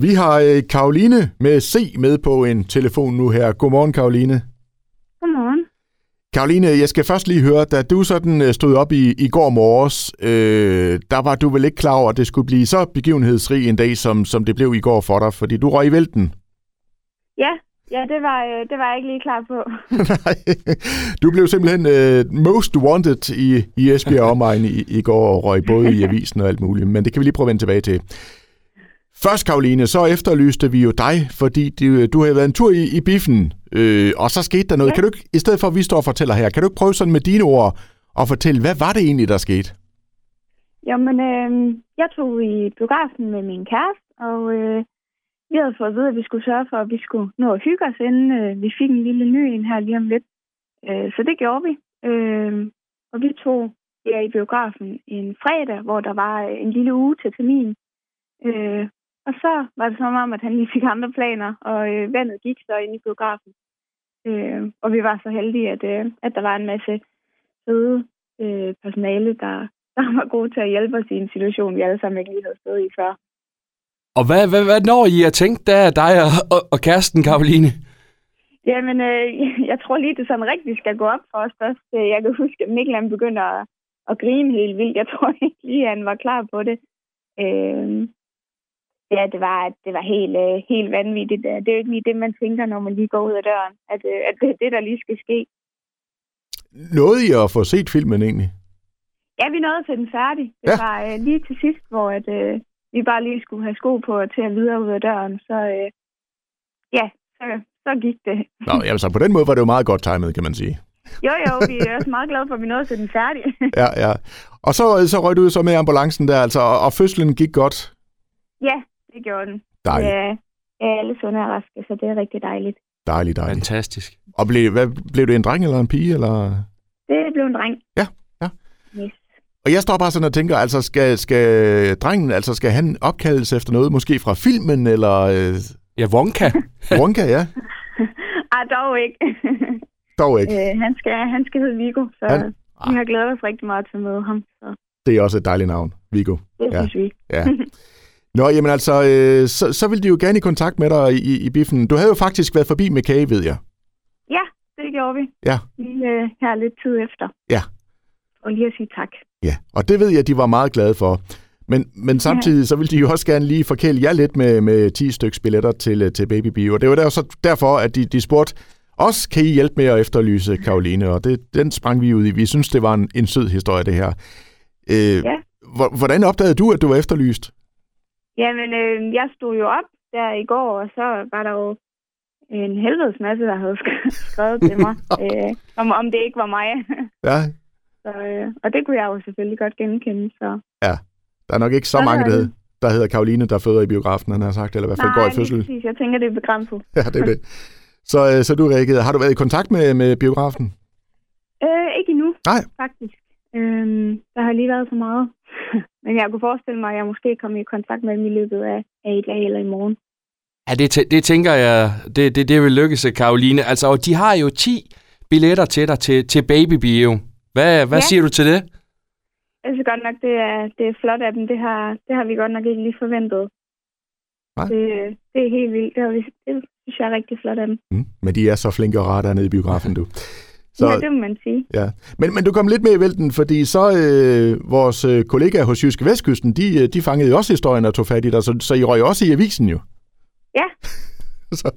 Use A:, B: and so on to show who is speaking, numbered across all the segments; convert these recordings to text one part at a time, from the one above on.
A: Vi har øh, Karoline med C med på en telefon nu her. Godmorgen, Karoline.
B: Godmorgen.
A: Karoline, jeg skal først lige høre, da du sådan øh, stod op i, i går morges, øh, der var du vel ikke klar over, at det skulle blive så begivenhedsrig en dag, som, som det blev i går for dig, fordi du røg i vælten.
B: Ja, ja det, var, øh, det var jeg ikke lige klar på.
A: Nej. du blev simpelthen øh, most wanted i, i Esbjerg og omegn i, i går og røg både i avisen og alt muligt, men det kan vi lige prøve at vende tilbage til. Først, Karoline, så efterlyste vi jo dig, fordi du, du har været en tur i, i biffen, øh, og så skete der noget.
B: Ja.
A: Kan du ikke, i stedet for at vi står og fortæller her, kan du ikke prøve sådan med dine ord at fortælle, hvad var det egentlig, der skete?
B: Jamen, øh, jeg tog i biografen med min kæreste, og øh, vi havde fået at vide, at vi skulle sørge for, at vi skulle nå at hygge os, inden øh, vi fik en lille ny en her lige om lidt. Øh, så det gjorde vi. Øh, og vi tog ja, i biografen en fredag, hvor der var øh, en lille uge til termin. Øh, og så var det som om, at han lige fik andre planer, og øh, vandet gik så ind i biografen. Øh, og vi var så heldige, at, øh, at der var en masse fede øh, personale, der der var gode til at hjælpe os i en situation, vi alle sammen ikke lige havde stået i før.
C: Og hvad, hvad, hvad når I har tænkt der, dig og, og, og kæresten, Karoline?
B: Jamen, øh, jeg tror lige, det sådan rigtigt skal gå op for os først. Øh, Jeg kan huske, at Mikkel han begynder at, at grine helt vildt. Jeg tror ikke lige, han var klar på det. Øh, ja, det var, det var helt, øh, helt vanvittigt. Øh, Det er jo ikke lige det, man tænker, når man lige går ud af døren. At, øh, at det er det, der lige skal ske.
A: Nåede I at få set filmen egentlig?
B: Ja, vi nåede til den færdig. Det
A: Ja.
B: var øh, lige til sidst, hvor at, øh, vi bare lige skulle have sko på og til at videre ud af døren. Så øh, ja, så, så gik det.
A: Nå, altså på den måde var det jo meget godt timet, kan man sige.
B: Jo, jo, vi er også meget glade for, at vi nåede til den færdig.
A: Ja, ja. Og så, så røg du ud så med ambulancen der, altså, og, og fødslen gik godt.
B: ja, det gjorde den.
A: Dejligt,
B: Ja, ja, alle sunde og raske, så det er rigtig dejligt.
A: dejligt, dejligt.
C: Fantastisk.
A: Og blev, hvad, blev det en dreng eller en pige, eller...
B: Det blev en dreng.
A: Ja, ja.
B: Yes.
A: Og jeg står bare sådan og tænker, altså skal, skal drengen, altså skal han opkaldes efter noget, måske fra filmen, eller øh,
C: Ja, Wonka.
A: Wonka, ja?
B: Ej, dog ikke.
A: Dog ikke.
B: øh, han, skal, han skal hedde Vigo, så
A: Han-
B: han... vi har glædet os rigtig meget til at møde ham. Så
A: Det er også et dejligt navn, Viggo.
B: det
A: Ja.
B: ja. synes vi.
A: Ja. Nå, jamen altså, øh, så, så ville de jo gerne i kontakt med dig i, i biffen. Du havde jo faktisk været forbi med kage, ved jeg.
B: Ja, det gjorde vi.
A: Ja.
B: Lige øh, her lidt tid efter.
A: Ja.
B: Og lige at sige tak.
A: Ja, og det ved jeg, de var meget glade for. Men, men samtidig så ville de jo også gerne lige forkæle jer lidt med, med 10 stykker billetter til, øh, til Baby Bio. Og det var der jo så derfor, at de, de spurgte os, kan I hjælpe med at efterlyse Karoline? Og det, den sprang vi ud i. Vi synes, det var en, en sød historie, det her. Øh,
B: Ja.
A: hvor- Hvordan opdagede du, at du var efterlyst?
B: Jamen, øh, jeg stod jo op der i går, og så var der jo en helvedes masse, der havde sk- skrevet til mig, øh, om, om det ikke var mig.
A: Ja,
B: Så, øh, og det kunne jeg jo selvfølgelig godt genkende. Så.
A: der er nok ikke så
B: Sådan.
A: mange, der hedder, der hedder Karoline, der føder i biografen, han har sagt, eller i hvert fald går i
B: lige
A: fødsel.
B: præcis. Jeg tænker, det er begrænset.
A: Ja, det er det. Så, øh, så du reagerede. Har du været i kontakt med, med biografen?
B: Øh, ikke endnu,
A: Nej.
B: faktisk. Øh, der har lige været så meget. Men jeg kunne forestille mig, at jeg måske kommer i kontakt med dem i løbet af, af i dag eller i morgen.
C: Ja, det, tæ- det tænker jeg, det, det, det vil lykkes, Karoline. Altså, og de har jo 10 billetter til dig til, til babybio. Hvad, hvad
B: Ja.
C: ja. siger du til det?
B: Jeg synes godt nok, det er, det er flot af dem. Det har, det har vi godt nok ikke lige forventet.
A: Nej.
B: Det, det er helt vildt. Det, har vi, det synes jeg er rigtig flot af dem.
A: Mm. Men de er så flinke og rare dernede i biografen, du.
B: Så...
A: Så,
B: Ja, det må man sige.
A: Ja, men, men du kom lidt med i vælten, fordi så øh, vores øh, kollegaer hos Jyske Vestkysten, de, øh, de fangede jo også historien og tog fat i dig, så, så I røg jo også i avisen jo.
B: Ja.
A: så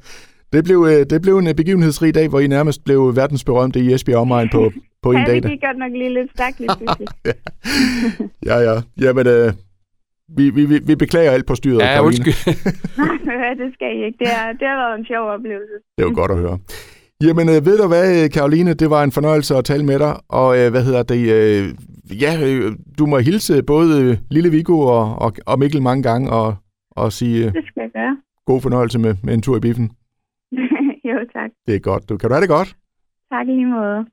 A: det blev, øh, det blev en øh, begivenhedsrig dag, hvor I nærmest blev verdensberømte i Esbjerg omegn på, på en
B: ja,
A: dag.
B: det
A: da.
B: gik godt nok lige lidt stærkt lige pludselig.
A: Ja, ja. Jamen, øh, vi, vi, vi, vi beklager alt på styret,
C: Ja,
A: Karoline.
C: undskyld.
B: Nej, det skal I ikke. Det, er, det har været en sjov oplevelse.
A: Det er jo godt at høre. Jamen, øh, ved du hvad, øh, Karoline, det var en fornøjelse at tale med dig, og øh, hvad hedder det, øh, ja, øh, du må hilse både øh, Lille Viggo og, og, og Mikkel mange gange, og, og sige øh,
B: Det skal jeg gøre.
A: god fornøjelse med, med en tur i biffen.
B: jo, tak.
A: Det er godt. Du, kan du have det godt?
B: Tak i lige måde.